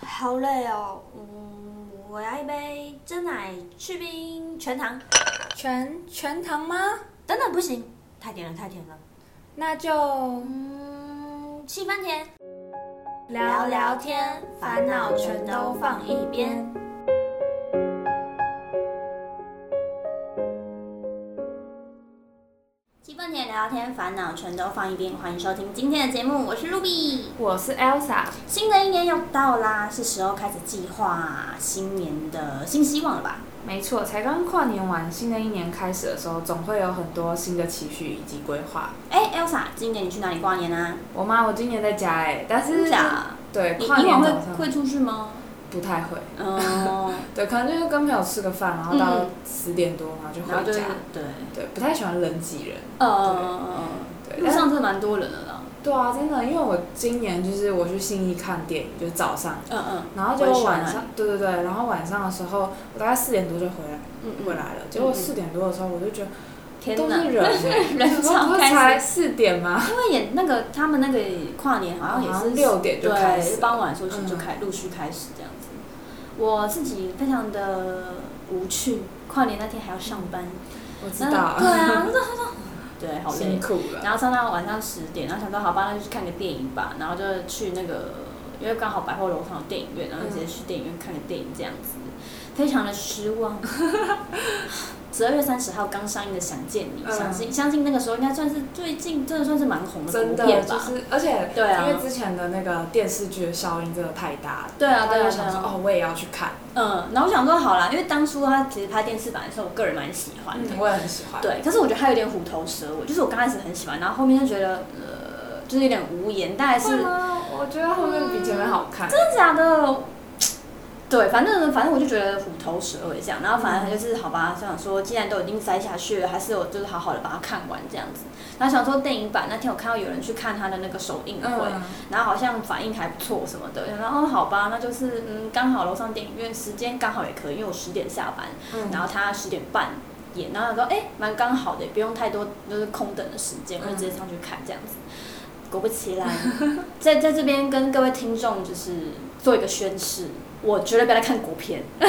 好累哦，嗯，我要一杯真奶去冰全糖。全全糖吗？等等，不行，太甜了，太甜了。那就嗯，七分甜。聊聊天，烦恼全都放一边。七分甜聊聊天，烦恼全都放一边。欢迎收听今天的节目，我是 Ruby。我是 Elsa，新的一年又到啦，是时候开始计划新年的新希望了吧？没错，才刚跨年完，新的一年开始的时候，总会有很多新的期许以及规划。哎，Elsa，今年你去哪里跨年啊？我妈，我今年在家哎、但是真假？对你跨以年往早会上会出去吗？不太会， 嗯，对，可能就是跟朋友吃个饭，然后到嗯十点多，然后就然后回就是家。对，对，不太喜欢人挤人。呃，对，路但是上真的蛮多人的啦。对啊，真的，因为我今年就是我去信义看电影，就是早上，嗯嗯然后我也就喜欢晚上，对对对，然后晚上的时候，我大概四点多就回来嗯回嗯，来了，结果四点多的时候我就觉得。天都哪是，人、欸， 人我潮不是开才始，四点吗？因为也那个他们那个跨年好像也是六点就开对，始，嗯傍晚的时候就开陆续开始这样子。我自己非常的无趣，跨年那天还要上班，我知那道，对啊，那那那对，好累辛。苦了。然后上到晚上十点，然后想说好吧，那就去看个电影吧，然后就去那个，因为刚好百货楼上有电影院，然后就直接去电影院看个电影这样子，非常的失望。十二月三十号刚上映的《想见你》，嗯相信相信那个时候应该算是最近真的算是蛮红的真国的片就吧？是，而且对啊因为之前的那个电视剧的效应真的太大了，对啊，大对家啊，就对想说啊。哦，我也要去看，嗯，然后我想说好啦，因为当初他其实拍电视版的时候，我个人蛮喜欢的。嗯，我也很喜欢。对，可是我觉得他有点虎头蛇尾，就是我刚开始很喜欢，然后后面就觉得呃，就是有点无言，大概是会吗？我觉得后面比前面好看。真的假的？对，反正反正我就觉得虎头蛇尾这样，然后反正就是好吧，想说既然都已经塞下去了，还是我就是好好的把它看完这样子。然后想说电影版那天我看到有人去看他的那个首映会，嗯，然后好像反应还不错什么的，想说哦好吧，那就是嗯刚好楼上电影院时间刚好也可以，因为我十点下班，嗯然后他十点半演，然后他说哎蛮刚好的，也不用太多就是空等的时嗯间，我就直接上去看这样子。果不其然， 在在这边跟各位听众就是做一个宣誓，我绝对不要来看国 片，对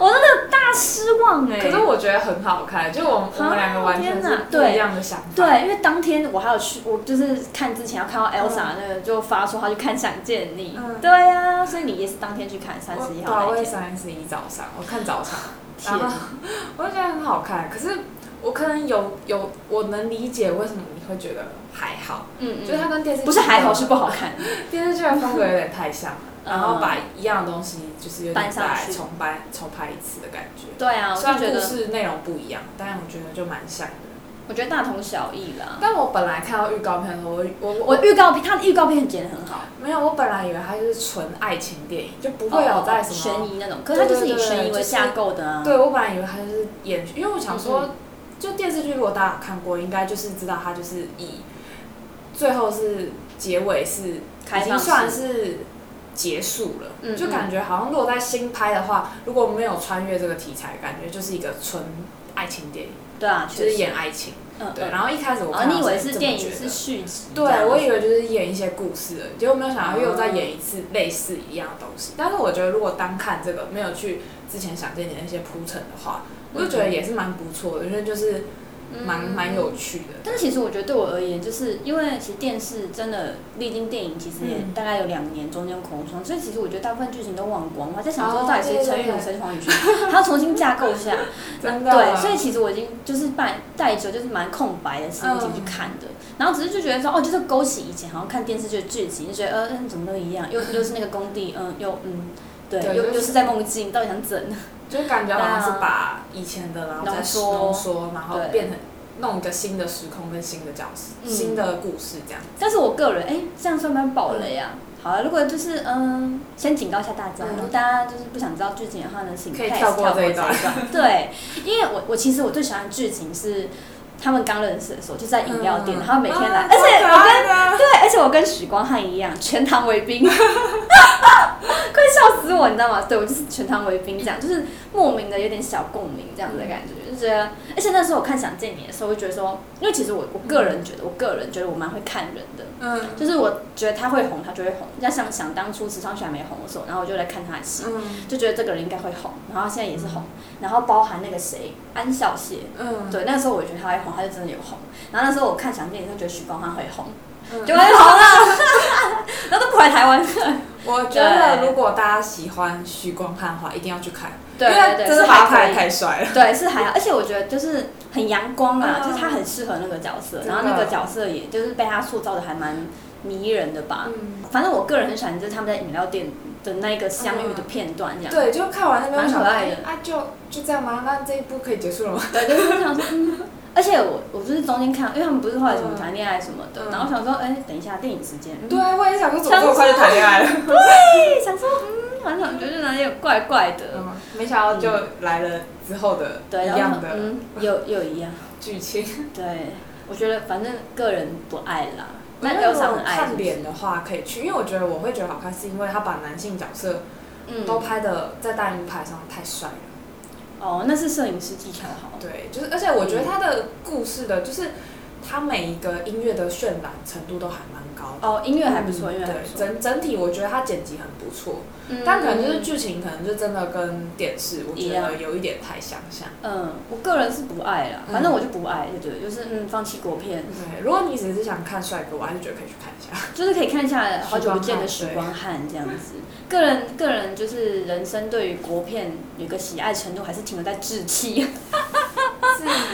我真的大失望哎、可是我觉得很好看，就我们我们两个完天全是哪不一样的想法。对，因为当天我还有去，我就是看之前要看到 Elsa 那个，就发说她去看《想见你》嗯对呀、所以你也是当天去看三我十一对啊号我那也天。三十一早上，我看早场，天啊然后 我就觉得很好看。可是我可能有有我能理解为什么你会觉得还好，嗯就是嗯，它跟电视剧不是还好嗯是不好看。电视剧的风格有点太像了，然后把一样的东西就是有搬点上再去重搬重拍一次的感觉。对啊，我虽然就觉故得，事内容不一样，但我觉得就蛮像的。我觉得大同小异啦。但我本来看到预告片的时候，我我我我预告片，他的预告片剪得很好，没有，我本来以为它就是纯爱情电影，就不会有在什么哦悬疑那种，可是它就是以悬疑为架构的啊。对，我本来以为他就是演，因为我想嗯说，就电视剧如果大家有看过，应该就是知道他就是以最后是结尾是开已放经式算是结束了，嗯就感觉好像如果在新拍的话，如果没有穿越这个题材，感觉就是一个纯爱情电影，对啊，就确是实。演爱情。嗯 对，嗯。然后一开始我哦，看到你以为这是么电影觉是得续集？对，我以为就是演一些故事而已，结果没有想到又再演一次嗯类似一样的东西。但是我觉得，如果单看这个没有去之前想见你那些铺陈的话，我就觉嗯得也是蛮不错的，因为就是蛮蛮、有趣的。但是其实我觉得对我而言，就是因为其实电视真的历经电影，其实也嗯大概有两年中间空窗，所以其实我觉得大部分剧情都忘光了，我还在想说哦到底谁是陈玉对龙、对谁是黄宇轩，还要重新架构一下。真的，对，所以其实我已经就是带带着就是蛮空白的心情去看的，嗯然后只是就觉得说哦，就是勾起以前好像看电视剧的剧情，就觉得呃，嗯，怎么都一样，又又是那个工地，嗯，又嗯。对，对又就是又是在梦境，到底想怎？就感觉好像是把以前的然后再浓缩浓缩，然后对变成弄一个新的时空跟新的角色、嗯新的故事这样。但是我个人，哎、这样算不算暴雷啊？好啊，如果就是嗯，先警告一下大家，嗯如果大家就是不想知道剧情的话呢，请可以 pass，跳过这一段 对，因为我我其实我最喜欢的剧情是他们刚认识的时候，就在饮料店，嗯他们每天来，啊而且超我可跟爱的对，而且我跟许光汉一样，全糖为冰， 快笑死我，你知道吗？对我就是全堂为冰这样，就是莫名的有点小共鸣这样子的感觉，就觉得，而且那时候我看《想见你》的时候，我就觉得说，因为其实我我个人觉得，我个人觉得我蛮会看人的， 嗯就是我觉得他会红，他就会红。要像想当初池昌旭还没红的时候，然后我就来看他的戏，嗯就觉得这个人应该会红，然后现在也是红，然后包含那个谁安孝燮，嗯，对，那时候我也觉得他会红，他就真的有红。然后那时候我看《想见你》就觉得许光汉会红，嗯就会红 了，然后都不来台湾了。我觉得如果大家喜欢许光汉的话，一定要去看，对因为对对，真是的把他还可以。太太帅了。对，是还好，而且我觉得就是很阳光啊，嗯就是他很适合那个角色，真的然后那个角色也就是被他塑造的还蛮迷人的吧。嗯，反正我个人很喜欢，就是他们在饮料店的那个相遇的片段，这样。对，就看完那边我想蛮可爱的啊，就就这样吗？那这一部可以结束了吗？对， 就是我想说，嗯，而且我我就是中间看，因为他们不是后来什么谈恋爱什么的，嗯然后想说，哎，等一下电影时间，对，啊我也想说，怎么这么快就谈恋爱了？对，想说，嗯，好像觉得哪里有怪怪的，嗯没想到就来了之后的对，一然后样的嗯，又又一样，剧情。对，我觉得反正个人不爱啦，那有如想果很爱是看不是脸的话可以去，因为我觉得我会觉得好看，是因为他把男性角色嗯，都拍的在大荧幕牌上太帅了。哦，那是摄影师技巧好，对，就是而且我觉得他的故事的，就是他每一个音乐的渲染程度都还蛮高的。哦，音乐还不错，嗯音乐还不对，错，整整体我觉得他剪辑很不错，嗯但可能就是剧情可能就真的跟电视我觉一得样有一点太相像。嗯，我个人是不爱啦，反正我就不爱，对对，就是嗯，放弃国片，对，如果你只是想看帅哥，我还是觉得可以去看一下。就是可以看一下好久不见的许光汉这样子。个人个人就是人生对于国片有个喜爱程度，还是停留在志气。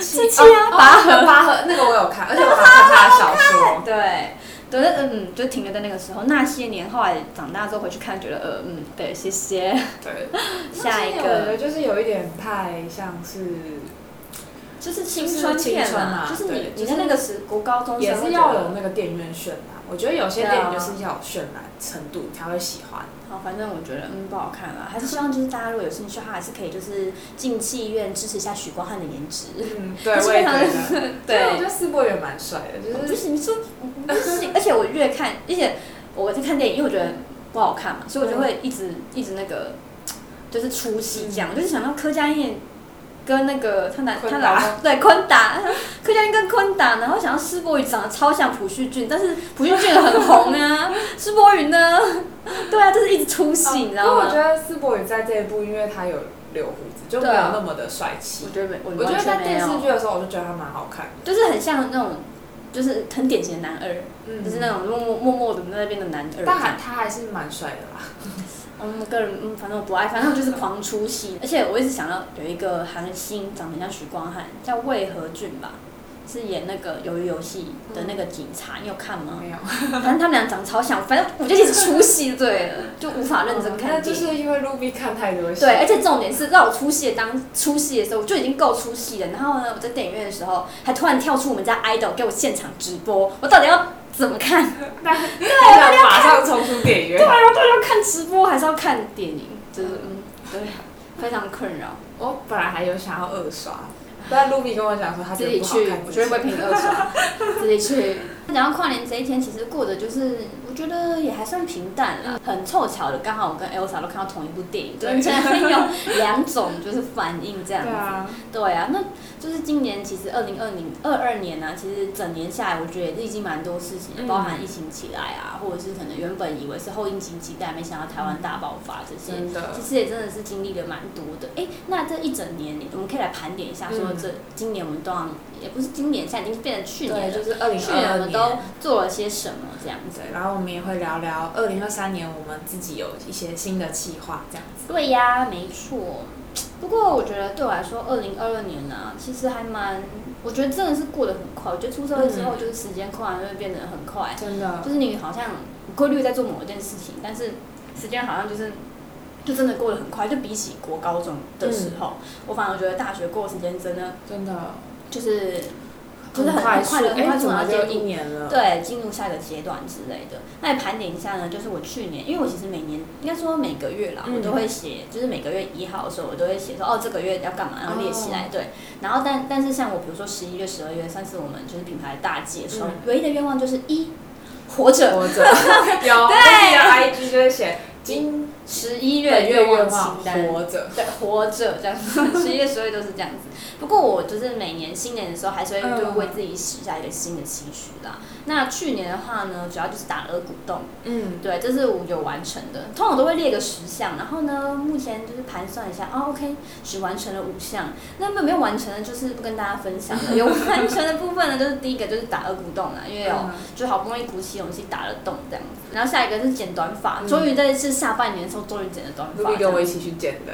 志气啊拔河拔河那个我有看， 而且我还看他的小说。对，对，嗯，就停留在那个时候。那些年后来长大之后回去看，觉得呃，嗯，对，谢谢。对，下一我觉得个就是有一点太像是，就是青春片嘛，就就是是青春啊你、对你在那个时国高中也生是会觉要得有那个电影院渲染。我觉得有些电影就是要有渲染程度才会喜欢。好，反正我觉得嗯不好看啦， 还是希望就是大家如果有兴趣的话，还是可以就是进戏院支持一下许光汉的颜值。嗯，对，他是我也非觉常得。 对所以我觉得四伯也蛮帅的，就就是是你说不行，而且我越看，而且我在看电影，因为我觉得不好看嘛，所以我就嗯会一直一直那个，就是出戏这样。我就是想到柯佳燕跟那个她男她昆达老公对昆达，柯佳燕跟昆达，然后想到施柏宇长得超像朴叙俊，但是朴叙俊很红 啊，施柏宇呢，对啊，就是一直出戏，你知嗯因道为我吗觉？得四伯宇在这一部，因为他有留胡子，就没有对啊那么的帅气我。觉得没，我我觉完得在全没电有视剧的时候，我就觉得他蛮好看的。就是很像那种，就是很典型的男二，嗯就是那种默默默默的那边的男二这样。但还他还是蛮帅的啦。嗯，个人嗯，反正我不爱，反正我就是狂出戏。而且我一直想到有一个韩星长得很像许光汉，叫魏和俊吧，是演那个《鱿鱼游戏》的那个警察，你有看吗？没有，反正他们俩长得超像，反正我就一直出戏就对了，就无法认真嗯那看就电影。是因为 Ruby 看太多戏。对，哎而且重点是让我出戏的当出戏的时候，我就已经够出戏了。然后呢，我在电影院的时候，还突然跳出我们家 idol 给我现场直播，我到底要怎么看？那那要马上冲出电影院。然后到底要看直播还是要看电影？就是嗯，对，非常困扰。我本来还有想要二刷，但露比跟我讲说他觉自己得不好去，看，我绝对不会陪你二 刷。自己去。然后跨年这一天，其实过得就是，我觉得也还算平淡啦。很凑巧的，刚好我跟 Elsa 都看到同一部电影，对对，现在会有两种就是反应这样对子。啊，对啊，那就是今年其实二零二零二二年啊，其实整年下来，我觉得也历经蛮多事情的，嗯包含疫情起来啊，或者是可能原本以为是后疫情期待，没想到台湾大爆发这些。真的其。实也真的是经历了蛮多的。哎，那这一整年，我们可以来盘点一下，说嗯这今年我们都要也不是今年，现在已经变成去年对，就了。是二零去二年我二们年。都做了些什么这样子？对，然后我们也会聊聊二零二三年我们自己有一些新的计划，这样子。对呀，没错。不过我觉得对我来说，二零二二年啊，其实还蛮，我觉得真的是过得很快。我觉得出社会之后，就是时间快就会变得很快，真的就是你好像规律在做某一件事情，但是时间好像就是就真的过得很快。就比起国高中的时候，嗯我反而觉得大学过的时间真的真的，就是就是很快很速，快的很快哎，速怎然么后就进一入年了？对进入下一个阶段之类的。那也盘点一下呢，就是我去年，因为我其实每年应该说每个月啦，嗯我都会写，就是每个月一号的时候，我都会写说哦这个月要干嘛，然后列哦起来。对，然后但但是像我比如说十一月、十二月算是我们就是品牌的大计的时候嗯， 唯一的愿望就是一活着。活着有，对，IG 就会写今十一月月愿望望清单，活着，对，活着这样子， 十一月、十二月都是这样子。不过我就是每年新年的时候，还是会就为自己许下一个新的期许啦。那去年的话呢，主要就是打了股东，嗯，对，这是我有完成的。通常我都会列个十项，然后呢，目前就是盘算一下，哦，OK，只完成了五项。那么没有完成的，就是不跟大家分享了。有完成的部分呢，就是第一个就是打二股洞啦，因为有嗯就好不容易鼓起勇气打了洞这样子。然后下一个是剪短发，终于在这次下半年的时候，终于剪了短发。 Ruby 跟我一起去剪的，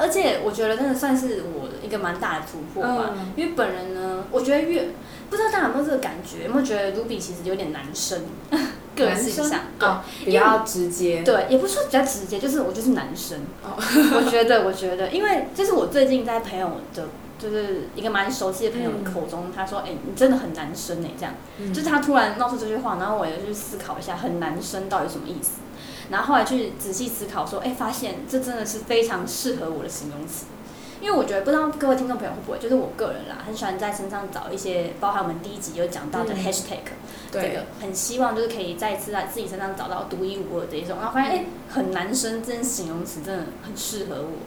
而且我觉得真的算是我一个蛮大的突破吧，嗯因为本人呢，我觉得越不知道大家有没有这个感觉，有没有觉得 Ruby 其实有点男 生， 个性上对、哦，比较直接，对，也不是说比较直接，就是我就是男生，哦我觉得我觉得，因为这是我最近在朋友的。就是一个蛮熟悉的朋友的口中，他说：“哎、你真的很男生欸呢、这样。嗯就是他突然闹出这句话，然后我也去思考一下，很男生到底什么意思。然后后来去仔细思考，说，哎、发现这真的是非常适合我的形容词。因为我觉得不知道各位听众朋友会不会，就是我个人啦，很喜欢在身上找一些，包含我们第一集有讲到的嗯 hashtag，、这对个很希望就是可以再次在自己身上找到独一无二的一种，然后发现哎、很男生这件形容词真的很适合我，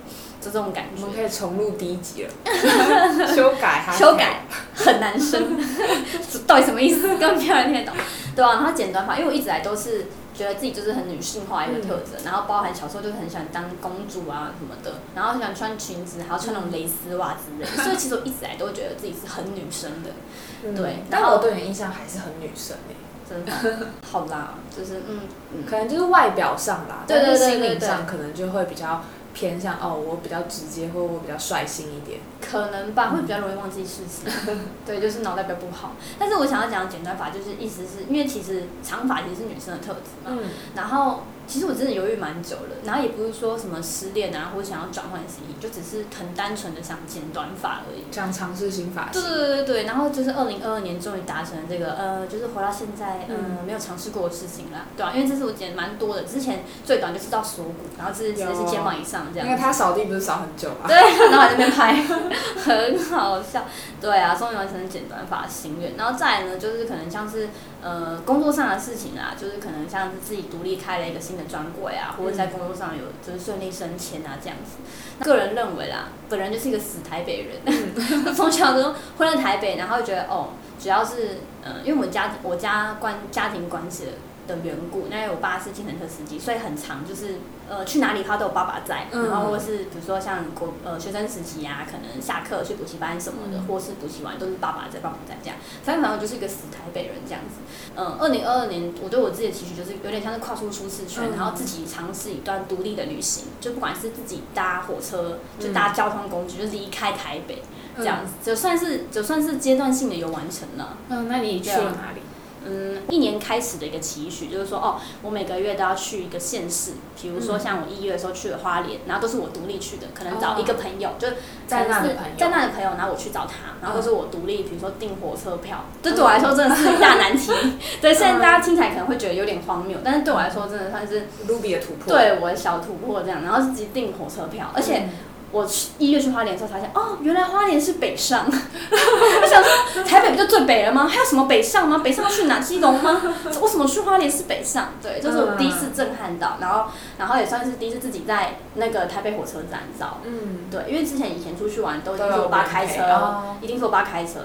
就这种感我觉们。可以重录第一 集了，修改哈，修改很难生，到底什么意思？根本没有人听得懂，对啊，然后剪短发，因为我一直来都是觉得自己就是很女性化一个特质，然后包含小时候就是很喜欢当公主啊什么的，然后很喜欢穿裙子，还要穿那种蕾丝袜之类的，所以其实我一直来都会觉得自己是很女生的，嗯对但我对你印象还是很女生诶、真的。好啦，就是嗯嗯，可能就是外表上啦，对对但是对心对灵对上可能就会比较偏向哦，我比较直接，或我比较率性一点。可能吧，会比较容易忘记事情。对，就是脑袋比较不好。但是我想要讲的剪短发，就是意思是因为其实长发其实是女生的特质嘛，嗯，然后其实我真的犹豫蛮久了，然后也不是说什么失恋啊，或者想要转换心意，就只是很单纯的想剪短发而已。想尝试新发对型，对对对对，然后就是二零二二年终于达成了这个，呃，就是活到现在，呃，嗯没有尝试过的事情啦，对啊，因为这次我剪蛮多的，之前最短就是到锁骨，然后这次其实是肩膀以上这因样为子。他扫地不是扫很久吗？对，然后还在那边拍，很好笑。对啊，终于完成剪短发的心愿。然后再来呢，就是可能像是呃工作上的事情啦，就是可能像是自己独立开了一个新的专柜啊，或者在工作上有就是顺利升迁啊这样子。个人认为啦，本人就是一个死台北人，我从小都混在台北，然后觉得哦，主要是呃，因为我家我家关家庭关系的。的缘故，那因为我爸是计程车司机，所以很常就是呃去哪里他都有爸爸在，嗯然后或是比如说像国呃学生时期啊，可能下课去补习班什么的，嗯或是补习完都是爸爸在，爸爸在这样，反正反正我就是一个死台北人这样子。嗯，二零二二年我对我自己的期许就是有点像是跨出舒适圈，嗯然后自己尝试一段独立的旅行，就不管是自己搭火车，嗯就搭交通工具，就离开台北这样子，就算是就算是阶段性的有完成了。嗯，那你去了哪里？嗯，一年开始的一个期许就是说，哦，我每个月都要去一个县市，比如说像我一月的时候去了花莲，然后都是我独立去的，可能找一个朋友，就是哦在那可能是的朋友啊嗯在那的朋友，然后我去找他，然后都是我独立，比如说订火车票，这对我来说真的是一大难 题。对，现在大家嗯听起来可能会觉得有点荒谬，但是对我来说真的算是 Ruby 的突破，，对我的小突破这样，然后自己订火车票，而且我去一月去花莲的时候才发现，哦，原来花莲是北上。 我想说，台北不就最北了吗？还有什么北上吗？北上去哪？基隆吗？为什么去花莲是北上？对，这是嗯我第一次震撼到，然后，然后也算是第一次自己在那个台北火车站找。嗯，对，因为之前以前出去玩都一都定有是我爸人开陪车，啊哦一定是我爸开车。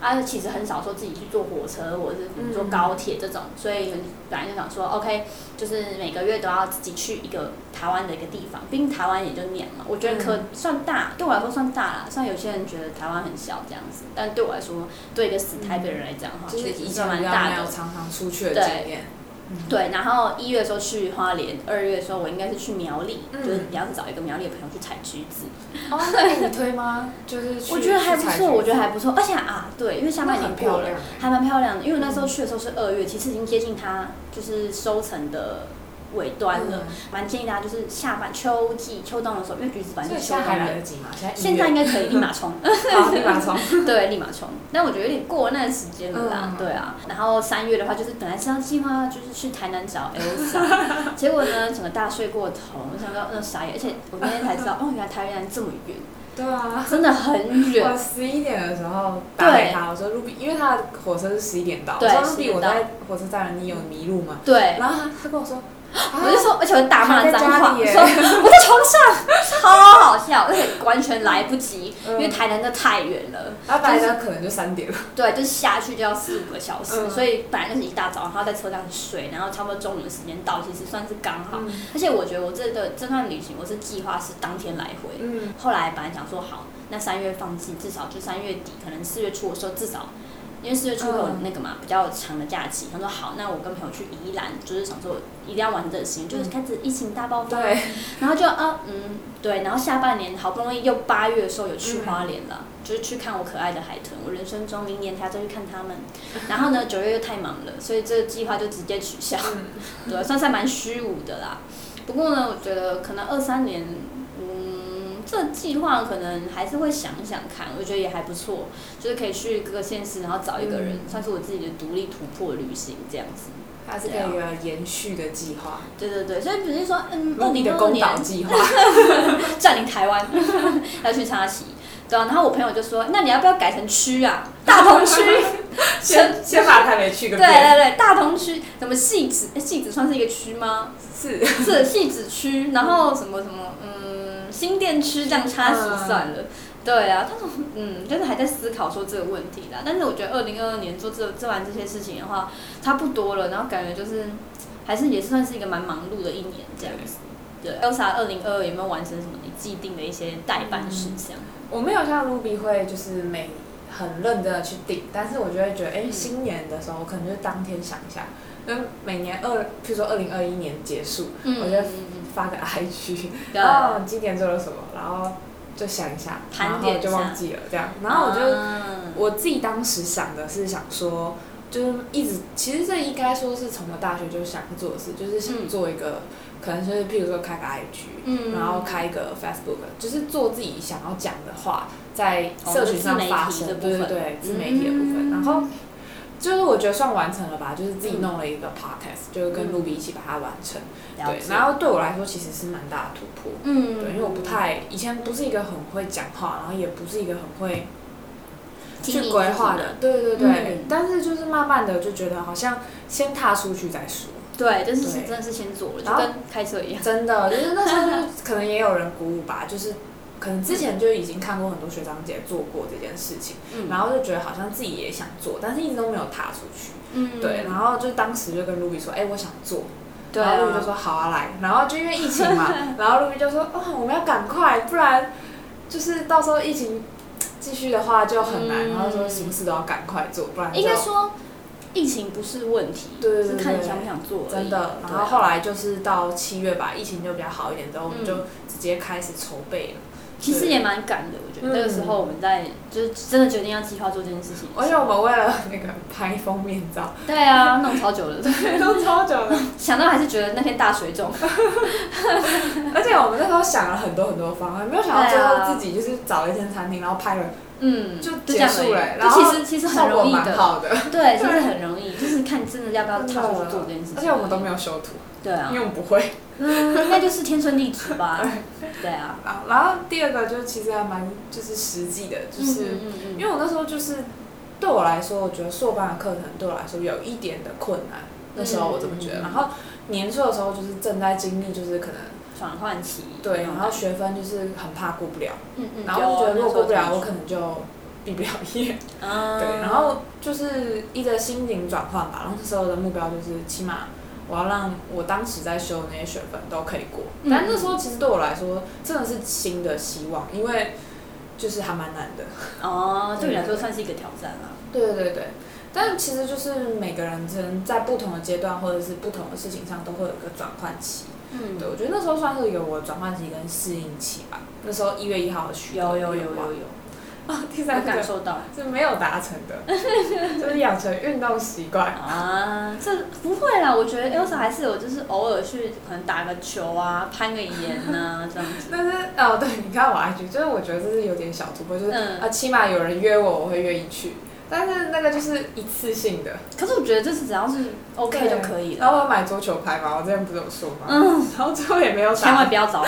啊，其实很少说自己去坐火车或者是坐高铁这种，所以本来就想说，OK，就是每个月都要自己去一个台湾的一个地方，毕竟台湾也就那样嘛。我觉得嗯可、算大，对我来说算大啦。虽然有些人觉得台湾很小这样子，但对我来说，对一个死台北人来讲的话，就是确实以是前蛮比较大没的有。常常出去的经验，嗯对，然后一月的时候去花莲，二月的时候我应该是去苗栗，嗯就是你要是找一个苗栗的朋友去采橘子，哦，那你推吗？就是去我觉得还不错，我觉得还不不错，而且啊，对，因为下半年过了，还蛮漂亮的。因为我那时候去的时候是二月，其实已经接近它就是收成的尾端嗯了，蛮、建议大家就是下半秋季秋冬的时候，因为橘子本来所就以是现秋在冬还来的，得及吗？现在现在 应该可以立马 冲，好，立马冲，对，立马冲。但我觉得有点过那个时间了啦，嗯对啊。然后三月的话，就是本来是要计划就是去台南找 Elsa，结 果呢整个大睡过头，我想到那傻眼，而且我那天才知道，哦，原来台南这么远， 对啊。真的很远。我十一点的时候打给他，我说 Ruby，因为他的火车是十一点到，我对说11 Ruby，点我到在火车站，你有迷路吗？对，然后他他跟我说我就说，而且我打骂脏话，啊还在家里耶说我在床 上，超好笑，而且完全来不及，嗯因为台南真的太远了，然后白天啊可能就三点了，对，就是下去就要四五个小时，嗯所以本来就是一大早，然后在车上睡，然后差不多中午的时间到，其实算是刚好。嗯而且我觉得我这个这段旅行，我是计划是当天来回，嗯，后来本来想说好，那三月放弃，至少就三月底，可能四月初的时候至少，因为四月初会有嗯那个嘛、比较长的假期。他说好，那我跟朋友去宜兰，就是想说一定要玩这个行，就是开始疫情大爆发，哦对，然后就啊嗯对，然后下半年好不容易又八月的时候有去花莲嗯了，就是去看我可爱的海豚，我人生中明年还要再去看他 们。然后呢，九月又太忙了，所以这个计划就直接取消。嗯 对，算是还蛮虚无的啦。不过呢，我觉得可能二三年，嗯，这计划可能还是会想一想看，我觉得也还不错，就是可以去各个县市，然后找一个人，嗯算是我自己的独立突破旅行这样子。它是一个延续的计划，对对对，所以只是说，嗯，二陆地零的二公年岛计划，占领台湾， 要去插旗。对啊，然后我朋友就说：“那你要不要改成区啊？大同区， 先先把台北去 对个遍，对对，大同区，什么戏子？诶戏子算是一个区吗？是，是戏子区，然后什么什么，嗯，新店区这样插旗算了。对啊，他说，嗯，就是还在思考说这个问题啦。但是我觉得二零二二年做这做完这些事情的话，差不多了，然后感觉就是还是也算是一个蛮忙碌的一年这样子。对，Elsa 二零二二有没有完成什么你既定的一些代办事项？我没有像 Ruby 会就是每很认真的去定，但是我就会觉得，哎、嗯新年的时候我可能就当天想一下，那每年二，譬如说二零二一年结束，嗯，我觉得嗯嗯发 个 IG，嗯对，然后今年做了什么，然后就想一下，盘然点后一下哦就忘记了这样，然后我就、嗯我自己当时想的是想说。就是一直，其实这应该说是从我大学就想做的事，就是想嗯做一个，可能就是譬如说开个 IG，嗯然后开一个 Facebook，就是做自己想要讲的话，在哦社群上发声，就自媒体的部对分对对，自媒体的部嗯分。然后就是我觉得算完成了吧，就是自己弄了一个 podcast，、就是嗯跟 Ruby 一起把它完成。了对，解然后对我来说其实是蛮大的突破，嗯，对，因为我不太以前不是一个很会讲话，然后也不是一个很会经营去规划自己的，对对对。嗯但是就是慢慢的就觉得好像先踏出去再说。对，但是对真的是先做了，就然后跟开车一样。真的，就是那时候就可能也有人鼓舞吧，就是可能之前就已经看过很多学长姐做过这件事情，嗯然后就觉得好像自己也想做，但是一直都没有踏出去。嗯，对，然后就当时就跟 Ruby 说，哎、我想做。对然后 Ruby 啊就，说好啊来，然后就因为疫情 嘛，然后 Ruby 就说哦我们要赶快，不然就是到时候疫情继续的话就很难，嗯然后说什么事都要赶快做，不然就应该说疫情不是问题，对对对是看你想不想做而已。真的。对然后后来就是到七月吧，疫情就比较好一点之后，我们嗯就直接开始筹备了。其实也蛮赶的，我觉得嗯那个时候我们在就是真的决定要计划做这件事情。而且我哦们为了那个拍封面 照，对啊，弄超久了， 都超久了。想到还是觉得那天大水肿。而且我们那时候想了很多很多方案，没有想到最对后啊自己就是找了一间餐厅，然后拍了，嗯，就这样结束了而已然就后其实其实效很果容易蛮的，好的。对，其实很容易，就是看真的要不要踏出去做这件事情。而且我们都没有修图，对啊因为，我们不会。 嗯，应该就是天顺地直吧。对啊，然后，然后第二个就是其实还蛮就是实际的，就是、嗯嗯因嗯为我那时候就是对我来说，我觉得硕班的课程对我来说有一点的困难。那时候我这么觉得，嗯然后年初的时候就是正在经历，就是可能嗯，转换期。对，然后学分就是很怕过不了，嗯嗯，然后就觉得如果过不了，我可能能就毕不了业。嗯，对，然后就是一个心情转换吧。然后那时候的目标就是，起码我要让我当时在修的那些学分都可以过。嗯但那时候其实对我来说真的是新的希望，因为就是还蛮难的。哦，对你来说算是一个挑战啊啦。对对对。但其实就是每个人可能在不同的阶段或者是不同的事情上都会有一个转换期。嗯对，我觉得那时候算是有我转换期跟适应期吧。那时候一月一号的许有多有有愿望有有，啊， 第我三感个受到 是没有达成的， 就是养成运动习惯。啊，这不会啦，我觉得 Elsa 还是有，就是偶尔去可能打个球啊，攀个岩呐、这样 子。但是哦，对，你看我 IG，就是我觉得这是有点小突破，就是、嗯啊，起码有人约我，我会愿意去。但是那个就是一次性的可是我觉得这是只要是 OK 就可以然了，后我买桌球拍嘛，我之前不是有说吗？嗯，然后最后也没有打。 千万不要找我，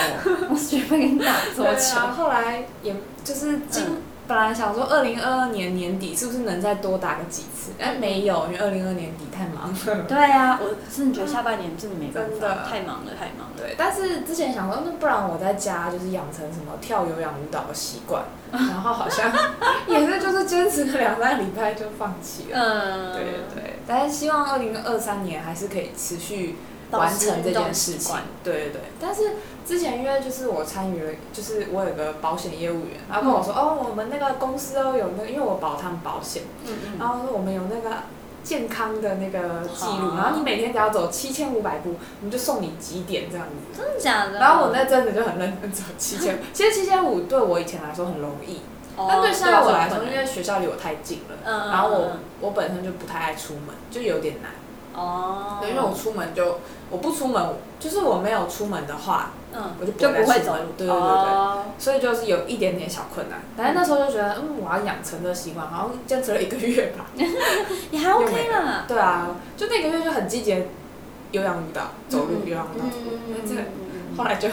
我绝不跟你打桌对球。啊，后来也就是经、本来想说二零二二年年底是不是能再多打个几次，哎，没有，因为二零二年底太忙了。对啊，我真的觉得下半年真的没办真法的，太忙了，太忙了。对，但是之前想说，那不然我在家就是养成什么跳有氧舞蹈的习惯，然后好像也是就是坚持了两三个礼拜就放弃了。嗯，对对对，但是希望二零二三年还是可以持续保完持成这运动件事习情惯。对对对，但是之前因为就是我参与了，就是我有个保险业务员，他跟我说、哦，我们那个公司哦有那个，因为我保他们保险，嗯然后我们有那个健康的那个记录，好然后你每天只要走七千五百步，我们就送你几点这样子。真的假的？然后我那阵子就很认真走七千，其实七千五对我以前来说很容易，哦，但对现在我来对说，我因为学校离我太近了，嗯，然后我我本身就不太爱出门，就有点难。哦，对，因为我出门就我不出门，就是我没有出门的话，嗯我就不就会不再会出走门路，对对对对哦所以就是有一点点小困难。但是那时候就觉得，嗯，我要养成这个习惯，好像坚持了一个月吧。 也还 OK 啦，对啊，就那个月就很积极，有氧舞蹈，走路嗯有氧舞蹈，走路嗯，但这个嗯后来就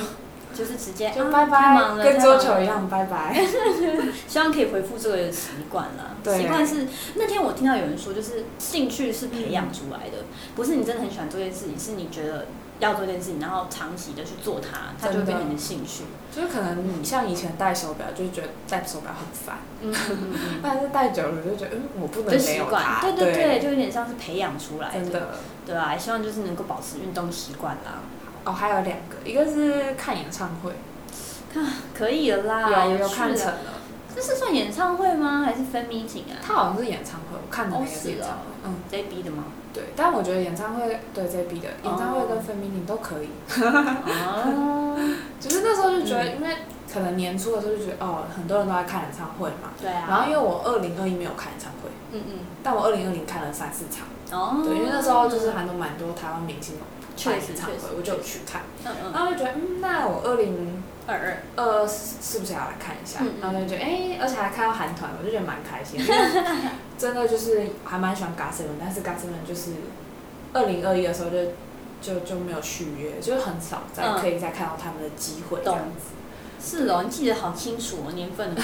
就是直接就啊拜太忙了拜，跟太桌忙球了一样拜拜。 希望可以恢复这个习惯啦。对习惯是那天我听到有人说，就是兴趣是培养出来的，不是你真的很喜欢做这件事情，是你觉得要做这件事情，然后长期的去做它，它就会真的变成你的兴趣。就是可能像以前戴手表，就觉得戴手表很烦，嗯嗯 嗯但是戴久了就觉得，嗯，我不嗯，就能没习有惯，它。对对对，就有点像是培养出来真的，的。对啊，也希望就是能够保持运动习惯啦。哦，还有两个，一个是看演唱会，可以了啦，有有趣看了成了，这是算演唱会吗？还是分 meeting 啊他好像是演唱会，我看的哦那个是是演唱哦会，嗯， ？JB 的吗？对，但我觉得演唱会对 JB 的演唱会跟分明你都可以，哦，只是那时候就觉嗯得，因为可能年初的时候就觉得，哦，很多人都在看演唱会嘛，对啊。 然后因为我二零二一没有看演唱会，嗯嗯，但我二零二零看了三四场，哦，对，因为那时候就是还有蛮多台湾明星确办实演唱确会实，，我就有去看，嗯嗯。然后就觉得，嗯，那我二零二二，呃，是是不是要来看一下？嗯嗯然后就觉得，哎、而且还看到韩团，我就觉得蛮开心。因为 真的就是还蛮喜欢 GOT7，但是 GOT7 就是二零二一的时候就就就没有续约，就是很少再、嗯可以再看到他们的机会这样子。是哦，你记得好清楚哦，年份的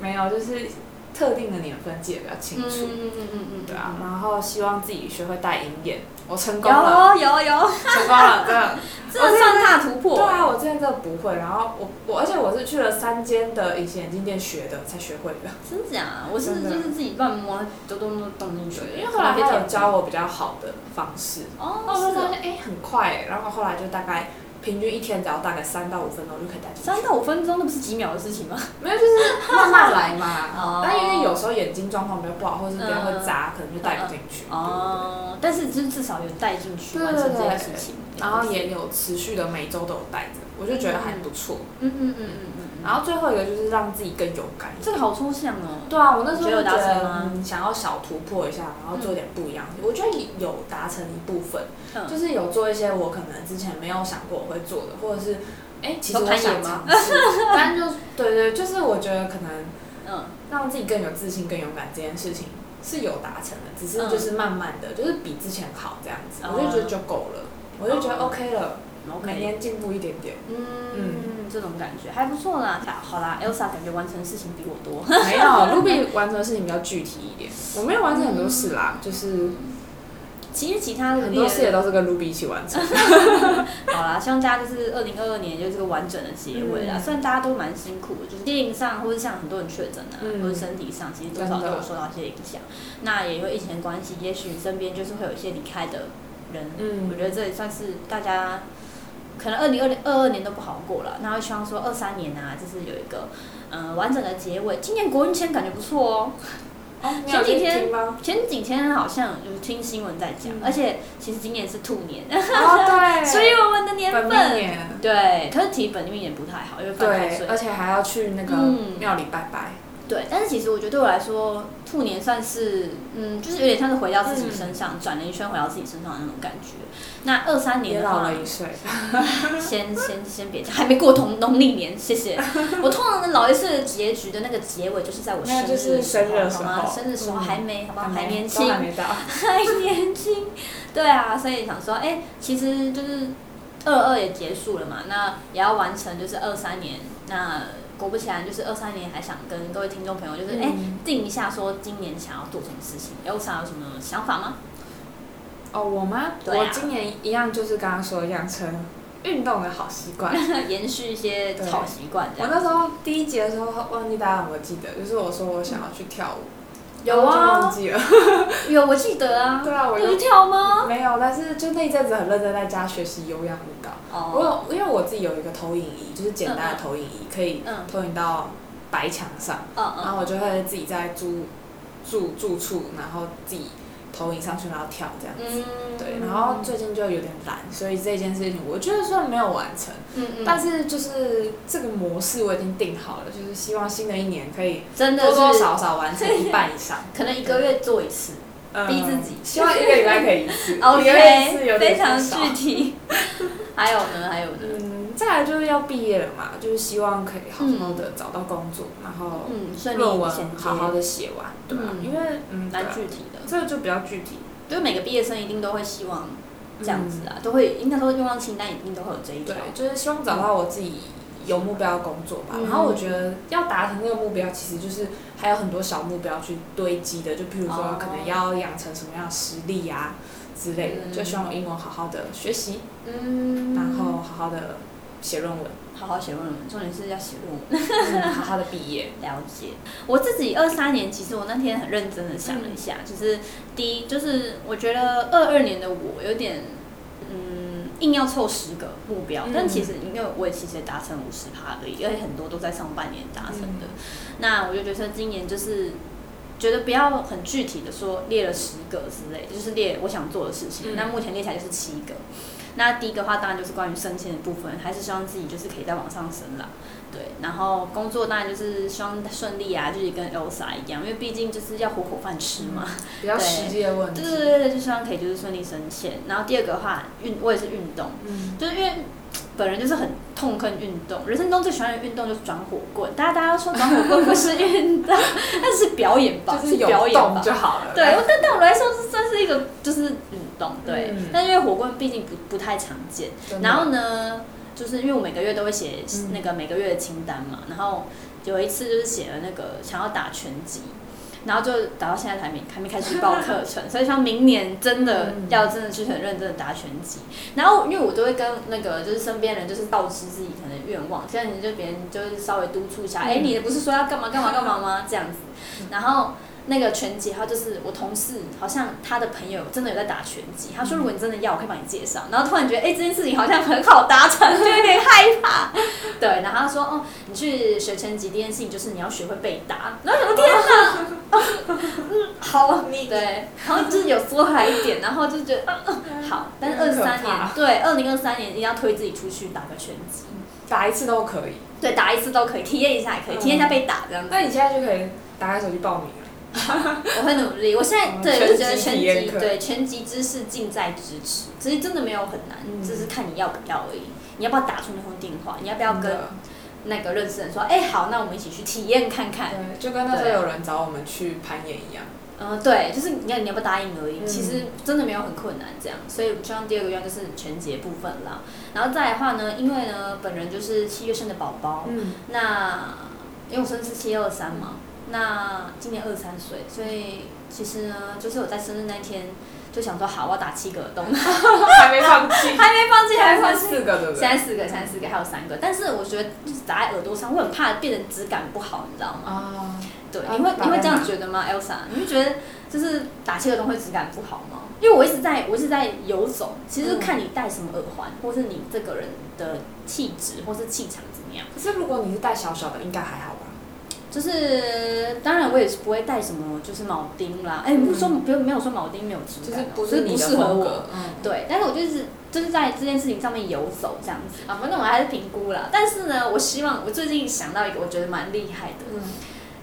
没有，就是特定的年份记得比较清楚。嗯嗯嗯嗯，对啊，然后希望自己学会戴银眼，我成功了，有哦有有，成功了，真 的。这个算大突对破，啊，我之前真的不会，然后我我而且我是去了三间的隐形眼镜店学的，才学会的。真假？我是真的就是自己乱摸，咚咚咚咚进去的，因为后来他有教我，我比较好的方式，哦，那我就发是现哎很快欸、然后后来就大概平均一天只要大概三到五分钟就可以戴进去，三到五分钟，那不是几秒的事情吗？没有就是慢慢来 哦嗯嘛。但因为有时候眼睛状况比较不好，或者是比较会扎，可能就戴不进去。哦，但是就是至少有带进去对对完成这件对事情，然后也有持续的每周都有戴着，我就觉得还不错。嗯嗯嗯嗯嗯嗯，然后最后一个就是让自己更勇敢一点。这个好抽象哦，对啊，我那时候你就觉得有觉达成得吗嗯想要小突破一下，然后做点不一样。我觉得有达成一部分，嗯就是有做一些我可能之前没有想过我会做的，或者是哎、其实都我攀岩想吗尝试， 但就对对，就是我觉得可能嗯，让自己更有自信、更勇敢这件事情是有达成的，只是嗯就是慢慢的，就是比之前好这样子，哦我就觉得就够了，我就觉得哦 OK 了，每 OK，年进步一点 点，嗯，这种感觉还不错啦，好啦，Elsa 感觉完成的事情比我多。没有 Ruby 完成的事情比较具体一点，我没有完成很多事啦，就是。其实其他的很多事嗯也也嗯都是跟 Ruby 一起完成。好啦，希望大家就是二零二二年就是这个完整的结尾啦。嗯虽然大家都蛮辛苦的，就是心灵上或者像很多人确诊啊，嗯或者身体上，其实多少都有受到一些影响。那也因为疫情的关系，也许身边就是会有一些离开的人。嗯我觉得这也算是大家可能二零二零二二年都不好过了，那会希望说二三年啊，就是有一个嗯、呃完整的结尾。今年国运签感觉不错哦。哦前几天 吗？前几天好像有听新闻在讲，嗯而且其实今年是兔年，哦，对，所以我们的年本份命年对，可是其实本命年不太好，因为犯太对，呃岁而。且还要去那个嗯庙里拜拜。对，但是其实我觉得对我来说，兔年算是嗯，就是有点像是回到自己嗯身上，转了一圈回到自己身上的那种感觉。那二三也年的老话了，一岁，先先先别讲，还没过同农历年，谢谢。我通常老一次的结局的那个结尾，就是在我生那日就是的时生日的候，好时吗？候生日的时候嗯还没，好吗？还年都轻，还没到。还年轻，对啊，所以想说，哎、其实就是二二也结束了嘛，那也要完成就是二三年，那果不其然，就是二三年还想跟各位听众朋友，就是哎、嗯定一下，说今年想要做什么事情，有啥有什么想法吗？ 哦，我吗？对啊我今年一样就是刚刚说的养成运动的好习 啊惯。延续一些好习惯，这我样那时候第一集的时候忘记大家有没有记得，就是我说我想要去跳舞，有然后就忘啊，记了。有我记得啊，对啊，我你有去跳吗？没有，但是就那一阵子很认真在家学习有氧舞蹈。我哦，有，因为我自己有一个投影仪，就是简单的投影仪，可以嗯投影到白墙上，嗯然嗯，后我就会自己在租住住处，然后自己投影上去，然后跳这样子。嗯对，然后最近就有点懒，所以这件事情我觉得虽然没有完成，嗯嗯，但是就是这个模式我已经定好了，就是希望新的一年可以真的多多是少少完成一半 以上，可能一个月做一次嗯逼自己希望一个礼拜可以 一次一个月一次有，OK，非点常少具体。还有呢，还有呢，嗯，再来就是要毕业了嘛，就是希望可以好好的找到工作，然后嗯，顺论利文衔接，好好的写完，对啊，嗯因为嗯，对蛮啊具体的，这个就比较具体，就是每个毕业生一定都会希望这样子啊，都会应该说用到清单一定都会有这一嗯，条对，，就是希望找到我自己有目标的工作吧。嗯然后我觉得要达成这个目标，其实就是还有很多小目标去堆积的，就譬如说哦可能要养成什么样的实力呀、之类的，嗯就希望我英文好好的学习，嗯，然后好好的写论文，好好写论文，重点是要写论文。嗯 好好的毕业。了解，我自己二三年，其实我那天很认真的想了一下，就是第一，就是我觉得二二年的我有点，嗯，硬要凑十个目标，嗯但其实因为我也其实也达成五十趴而已，而且很多都在上半年达成的。嗯那我就觉得今年就是觉得不要很具体的说列了十个之类，就是列我想做的事情。嗯那目前列起来就是七个。那第一个话当然就是关于升迁的部分，还是希望自己就是可以再往上升啦。对，然后工作当然就是希望顺利啊，就是跟 Elsa 一样，因为毕竟就是要糊口饭吃嘛。比较实际的问 题。对对对对，就希望可以就是顺利升迁。然后第二个话，运我也是运动，嗯，就是因为本人就是很痛恨运动，人生中最喜欢的运动就是转火棍。大家大家都说转火棍不是运动，但是表演吧，就是有表演吧动。就好了。对，但对我来说，这算是一个就是运动，对。嗯但因为火棍毕竟不不太常见，真的嗯然后呢，就是因为我每个月都会写那个每个月的清单嘛，然后有一次就是写了那个想要打拳击，然后就打到现在还没还没开始报课 程，所以像明年真的嗯要真的去很认真的打拳击。然后因为我都会跟那个就是身边人就是告知自己可能愿望，这样你就别人就是稍微督促一下，嗯哎、你不是说要干嘛干嘛干嘛吗？这样子，然后。那个拳击，他就是我同事，好像他的朋友真的有在打拳击。他说，如果你真的要，我可以帮你介绍。然后突然觉得，哎、这件事情好像很好达成， 就有点害怕。对，然后他说，哦，你去学拳击第一件事情就是你要学会被打。然后我想说天哪，嗯，好，你对，然后就是有缩回来一点，然后就觉得嗯嗯好，但是二很可三年怕对，二零二三年一定要推自己出去打个拳击，打一次都可以。对，打一次都可以，体验一下也可以，嗯体验一下被打这样子。那你现在就可以打开手机报名了。我会努力，我现在嗯对拳就觉得击拳体验击课对拳击知识尽在咫尺，其实真的没有很难，嗯只是看你要不要而已。你要不要打出那通电话？你要不要真跟的那个认识人说，哎、好，那我们一起去体验看看。对，就跟那时候有人找我们去攀岩一样。嗯，对，就是你看你要不要答应而已，嗯其实真的没有很困难这样，所以我希望第二个愿望就是全节部分啦。然后再来的话呢，因为呢本人就是七月生的宝宝，嗯，那因为我生日是七月二三嘛，那今年二十三岁，所以其实呢就是我在生日那天就想说好，我要打七个耳洞，还没放弃，还没放弃，还没放剩弃。四个对不现对？在四个，现在四个，还有三个，但是我觉得就是打在耳朵上，我很怕变成质感不好，你知道吗？啊，对，啊你会打你会在这样哪觉得吗，Elsa？你会觉得就是打气的东西质感不好吗？因为我一直在我一直在游走，其实嗯看你戴什么耳环，或是你这个人的气质或是气场怎么样。可是如果你是戴小小的，应该还好吧？就是当然我也是不会戴什么就是铆钉啦，哎、不是说不用没有说铆钉没有质就感是啊，不就是你不的适合风我。格。嗯，对，但是我就是就是在这件事情上面游走这样子啊，反正我还是评估了。但是呢，我希望我最近想到一个我觉得蛮厉害的，嗯，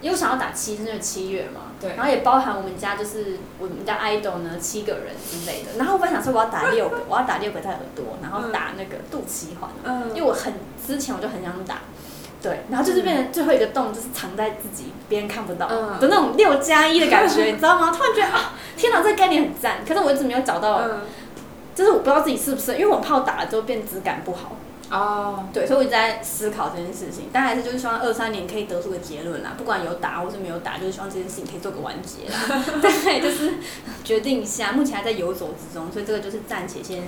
因为我想要打七，因为七月嘛，对然后也包含我们家就是我们家 idol 呢七个人之类的，然后我本来想说我要打六个，我要打六个在耳朵，然后打那个肚脐环，嗯因为我很之前我就很想打，对，然后就是变成最后一个洞就是藏在自己别人看不到嗯的那种六加一的感 觉，你知道吗？突然觉得啊，天哪，这个概念很赞，可是我一直没有找到，嗯，就是我不知道自己是不是，因为我怕我打了之后变质感不好，哦，对，所以我一直在思考这件事情，但还是就是希望二三年可以得出个结论啦，不管有打或是没有打，就是希望这件事情可以做个完结啦。 对，就是决定一下，目前还在游走之中，所以这个就是暂且先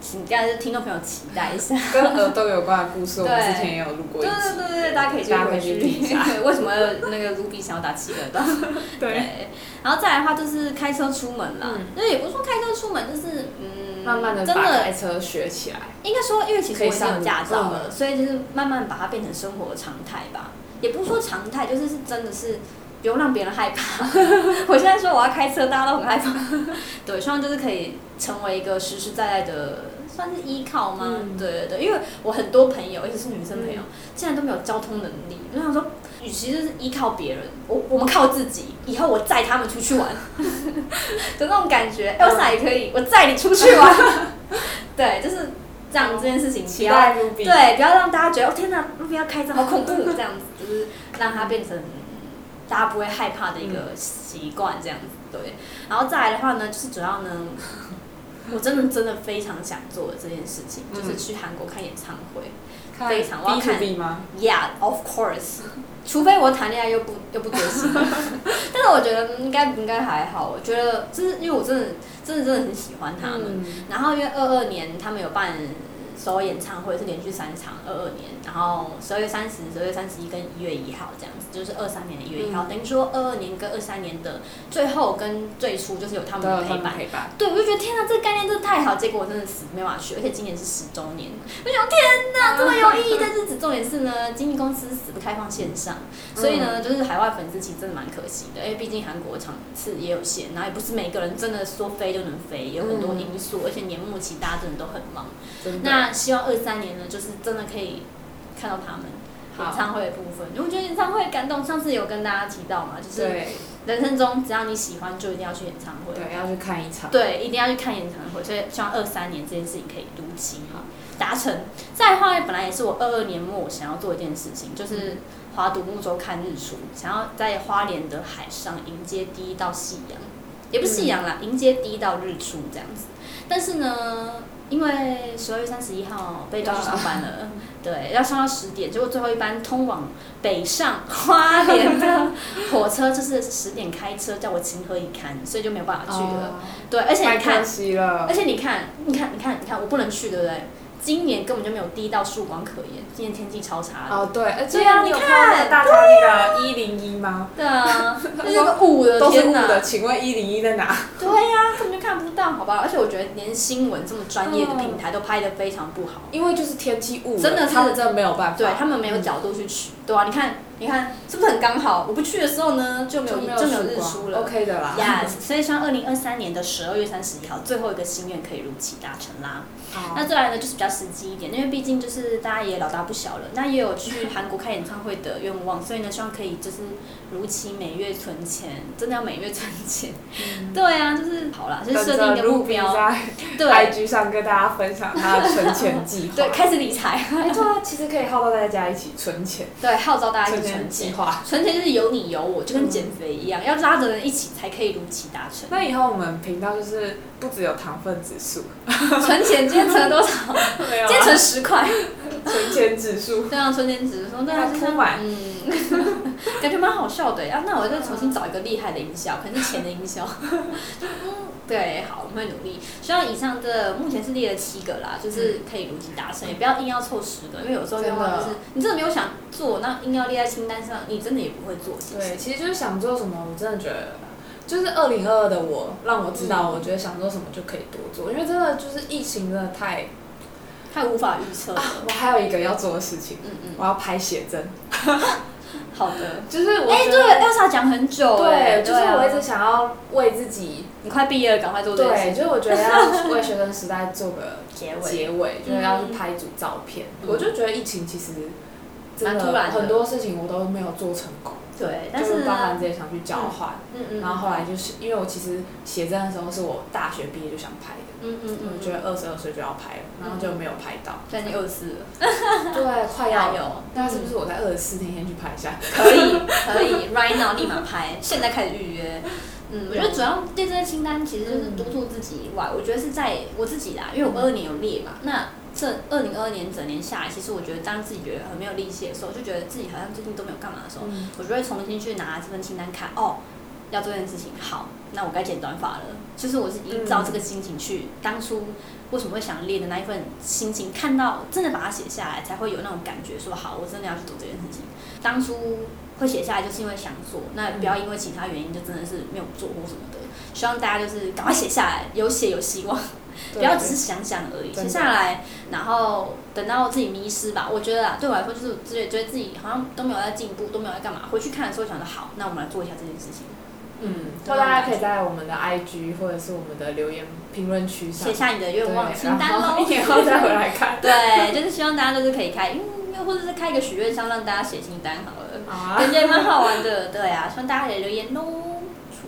请大家听众朋友期待一下。跟耳朵有关的故事，我们对之前也有录过对一对集。对对，大家可以去大家可回以去去听一 下对为什么那个卢比想要打企鹅的？ 对，然后再来的话就是开车出门啦嗯，那、也不是说开车出门，就是嗯，慢慢的真把的开车学起来。应该说，因为其实可以我已经有上驾照路嗯了，所以就是慢慢把它变成生活的常态吧。也不是说常态，就是是真的是不用让别人害怕。 我现在说我要开车，大家都很 害怕。对，希望就是可以成为一个实实在在的，算是依靠吗？嗯对对对，因为我很多朋友，尤其是女生朋友，竟然都没有交通能力，我想说，与其就是依靠别人，我我们靠自己，以后我载他们出去 玩的那种感觉。嗯 Elsa 也可以，我载你出去玩。对，就是这样这件事情，不要 Ruby 对，不要让大家觉得哦天哪，不要开车好恐怖这样子，就是让它变成大家不会害怕的一个习惯这样子。对，然后再来的话呢，就是主要呢， 我真的真的非常想做的这件事情，就是去韩国看演唱会。看非常我要 B to 看 B 吗？ Yeah, of course 。 除非我谈恋爱又不又不追星，但是我觉得应该应该还好。我觉得就是因为我真的真的真的很喜欢他们，嗯然后因为二二年他们有办首尔演唱会，是连续三场，二二年，然后十二月三十、十二月三十一跟一月一号这样子，就是二三年的一月一号，等于说二二年跟二三年的最后跟最初就是有他们都有的他陪们伴。陪伴。对，我就觉得天哪，这个概念真的太好，结果我真的死没办法去，而且今年是十周年，我想天哪，这么有意义的日子，重点是呢，经纪公司死不开放线上，所以嗯呢，就是海外粉丝其实真的蛮可惜的，因为毕竟韩国场次也有限，然后也不是每个人真的说飞就能飞，有很多嗯因素，而且年末期大家真的都很忙，真的。那希望二三年呢，就是真的可以看到他们。好演唱会的部分，我觉得演唱会感动，上次有跟大家提到嘛，就是对人生中只要你喜欢，就一定要去演唱会。对，要去看一场。对，一定要去看演唱会，所以希望二三年这件事情可以如期达成。再来的话，本来也是我二二年末我想要做一件事情，就是划独木舟看日出，想要在花莲的海上迎接第一道夕阳，也不是夕阳啦，嗯迎接第一道日出这样子。但是呢，因为十二月三十一号被抓去上班了，啊 对，要上到十点，结果最后一班通往北上花莲的火车就是十点开车，叫我情何以堪，所以就没有办法去了。哦，对，而且太你看可，惜了而。且你看，你看，你看，你看，我不能去，对不对？今年根本就没有第一道曙光可言，今年天气超差的。哦，对，而且对啊你有你看到那个大家那个一零一吗？对 啊，这是个雾的都是天雾哪！的，请问一零一在哪？对呀、根本就看不到，好吧？而且我觉得连新闻这么专业的嗯平台都拍得非常不好，因为就是天气雾了，真的是他们真的没有办法。对他们没有角度去取，对啊，你看，你看，是不是很刚好？我不去的时候呢，就没有就没有日出了。 OK 的啦。 Yes，所以希望二零二三年的十二月三十一号，最后一个心愿可以如期达成啦。好那再来呢，就是比较实际一点，因为毕竟就是大家也老大不小了，那也有去韩国开演唱会的愿望，所以呢，希望可以就是如期每月存钱，真的要每月存钱。嗯对啊，就是好啦，就是设定一个目标，等着 Ruby 在对 IG 上跟大家分享他的存钱计划。对，开始理财， 哎，对啊，其实可以号召大家一起存钱，对，号召大家去钱存计钱。划。存钱就是有你有我，就跟减肥一样，要拉着人一起才可以如期达成。那以后我们频道就是不只有糖分指 数，存钱今天存了多少？ 没有今天啊存十块。 存钱指数。对啊，春天只是说对啊，那就铺像满嗯， 感觉蛮好笑的耶啊。那我再重新找一个厉害的音效，可能是钱的音效。 嗯，对，好，我们会努力。希望以上这目前是列了七个啦，就是可以如期达成，也不要硬要凑十个，因为有时候愿望就是嗯真的你真的没有想做，那硬要列在清单上，你真的也不会做。其对，实，其实就是想做什么，我真的觉得，就是二零二二的我，让我知道，我觉得想做什么就可以多做，因为真的就是疫情真的太……太无法预测了。我还有一个要做的事情，嗯嗯，我要拍写真，好的。就是我哎、觉对得。 ，Elsa 讲很久哎，对，就是啊我一直想要为自己，你快毕业了，赶快做这件对，事。就是我觉得要为学生时代做个结尾， 结尾，就是要去拍一组照片。嗯我就觉得疫情其实真蛮突然的很多事情我都没有做成功，对，但就是是包含呢，自己想去交换，嗯嗯，然后后来就是因为我其实写真的时候是我大学毕业就想拍的，嗯嗯嗯，我觉得二十二岁就要拍了，然后就没有拍到。但你二十四了，嗯 对，快加要嗯油有。那是不是我在二十四天先去拍一下？可以 可以，right now 立马拍，现在开始预约。嗯，我觉得主要对这些清单其实就是督促自己以外，我觉得是在我自己啦，因为我二二年有列嘛，那这二零二二年整年下来，其实我觉得当自己觉得很没有力气的时候，就觉得自己好像最近都没有干嘛的时候，嗯我就会重新去拿这份清单看，哦，要做这件事情，好，那我该剪短发了。就是我是依照这个心情去，当初为什么会想练的那一份心情，看到真的把它写下来，才会有那种感觉说好，我真的要去做这件事情。当初会写下来，就是因为想做，那不要因为其他原因就真的是没有做或什么的。希望大家就是赶快写下来，有写有希望，不要只嗯是想想而已，写真的下来，然后等到自己迷失吧。我觉得啊，对我来说就是自己觉得自己好像都没有在进步，都没有在干嘛。回去看的时候想着，好，那我们来做一下这件事情，嗯，或大家可以在我们的 IG 或者是我们的留言评论区上写下你的愿望对清单然后喽。一年后再回来 看。对，就是希望大家就是可以开，嗯，又或者是开一个许愿箱，让大家写清单好了。 好啊，感觉蛮好玩的，对啊，希望大家可以留言喽。不错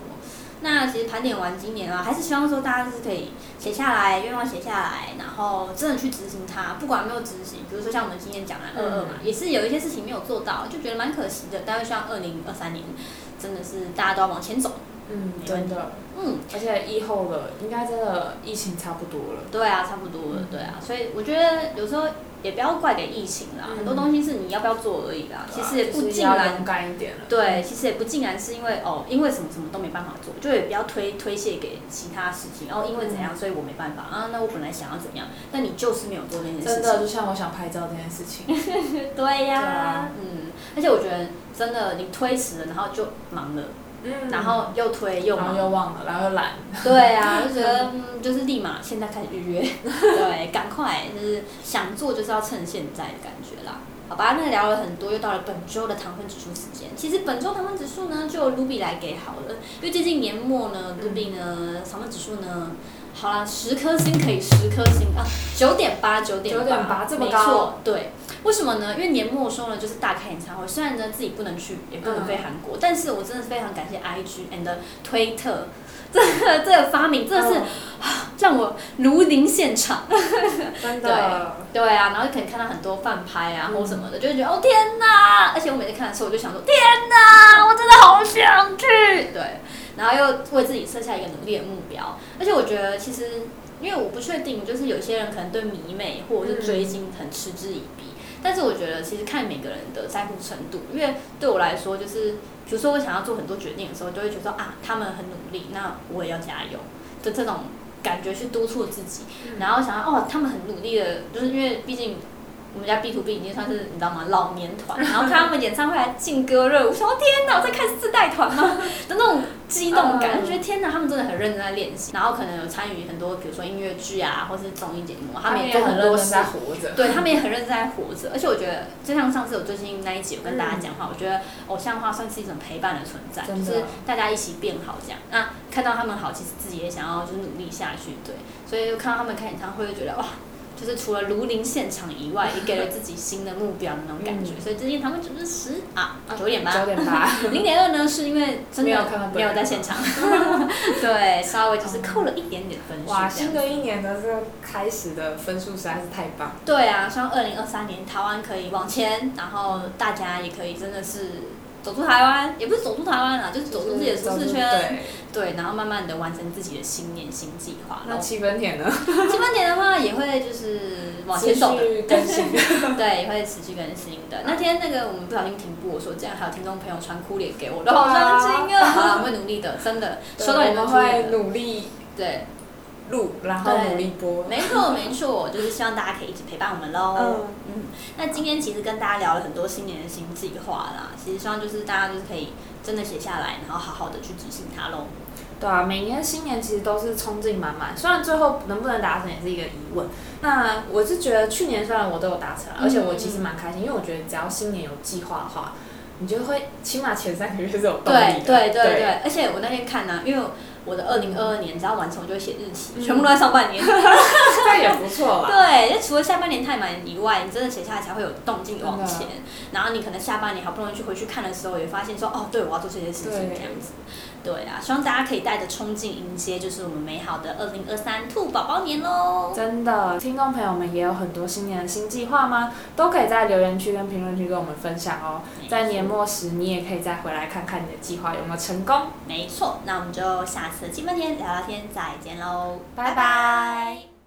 那其实盘点完今年啊，还是希望说大家就是可以写下来，愿望写下来，然后真的去执行它。不管有没有执行，比如说像我们今天讲的二二嘛，也是有一些事情没有做到，就觉得蛮可惜的。但是希望二零二三年真的是大家都要往前走。嗯，真的，嗯，而且疫后了，应该真的疫情差不多了。对啊，差不多了，对啊。所以我觉得有时候也不要怪给疫情啦，嗯很多东西是你要不要做而已啦。其实也不啊就是尽要然勇敢一点了。对，其实也不尽然是因为哦，因为什么什么都没办法做，就也不要推推卸给其他事情。哦，因为怎样，所以我没办法啊。那我本来想要怎样，但你就是没有做那件事真情。的，就像我想拍照这件事情，对呀、对啊嗯。而且我觉得真的，你推迟了，然后就忙了，嗯然后又推又然后忙。又忘了，然后又懒，对啊，就觉得、嗯、就是立马现在开始预约， 对，赶快就是想做就是要趁现在的感觉啦。好吧，那聊了很多，又到了本周的糖分指数时间。其实本周糖分指数呢，就由 Ruby 来给好了，因为接近年末呢，Ruby 呢糖分指数呢，好啦，十颗星可以十颗星啊，九点八，九点9.8这么没高错，对。为什么呢？因为年末的时候呢，就是大开演唱会，虽然呢自己不能去，也不能飞韩国，但是我真的是非常感谢 IG and 推特。这个这个发明真的是让我如临现场，嗯真对，对啊，然后就可以看到很多饭拍啊嗯或什么的，就会觉得哦天哪！而且我每次看的时候，我就想说天哪，我真的好想去。对，然后又为自己设下一个努力的目标，而且我觉得其实因为我不确定，就是有些人可能对迷妹或者是追星很嗤之以鼻，但是我觉得其实看每个人的在乎程度，因为对我来说就是。比如说，我想要做很多决定的时候，就会觉得说啊，他们很努力，那我也要加油的这种感觉去督促自己。然后想到哦，他们很努力的，就是因为毕竟我们家 B to B 已经算是你知道吗老年团， 然后看他们演唱会还劲歌热舞，我想说天哪，我在看四代团吗？ 的那种激动感，嗯就觉得天哪，他们真的很认真在练习，然后可能有参与很多，比如说音乐剧啊，或是综艺节目，他们也做很认多真事在活着。对他们也很认真在活嗯着，而且我觉得，就像上次我最近那一集有跟大家讲话，我觉得偶像化算是一种陪伴的存在，真就的是大家一起变好这样。那看到他们好，其实自己也想要就是努力下去，对，所以就看到他们开演唱会，就觉得哇，就是除了如临现场以外，也给了自己新的目标那种感觉。所以最近他们只是十啊九点吧，嗯九点八，零点二呢，是因为真没的有看到本人没有在现 场，对，稍微就是扣了一点点分数这哇，样新的一年的这个开始的分数实在是太棒。对啊，希望二零二三年台湾可以往前，然后大家也可以真的是走出台湾，也不是走出台湾啦，就是走出自己的舒适圈，对，对，然后慢慢的完成自己的新年新计划。那然后七分甜呢？七八年的话也会就是往前走的持续，更新对，也会持续更新的。那天那个我们不小心停播，我说这样还有听众朋友传哭脸给我，我都好伤心啊！好了，我会努力的，真的，收到你我们们哭会脸的，努力对，录，然后对努力播。没错没错，就是希望大家可以一起陪伴我们喽。嗯嗯，那今天其实跟大家聊了很多新年的新计划啦，其实希望就是大家就是可以真的写下来，然后好好的去执行它喽。对啊，每年新年其实都是冲劲满满，虽然最后能不能达成也是一个疑问。那我是觉得去年虽然我都有达成啊，嗯而且我其实蛮开心，因为我觉得只要新年有计划的话，你就会起码前三个月是有动对力的。对对对对，而且我那天看啊呢、因为我的二零二二年只要完成，我就会写日期，嗯全部都在上半年。 这样也不错啦。对，就除了下半年太满以外，你真的写下来才会有动静往真前。然后你可能下半年好不容易去回去看的时候，也发现说，哦，对，我要做这些事情对这样子。对啊，希望大家可以带着冲劲迎接，就是我们美好的二零二三兔宝宝年喽。真的，听众朋友们也有很多新年的新计划吗？都可以在留言区跟评论区跟我们分享哦。在年末时，你也可以再回来看看你的计划有没有成功。没错，那我们就下次的金门天聊聊天再见喽，拜拜拜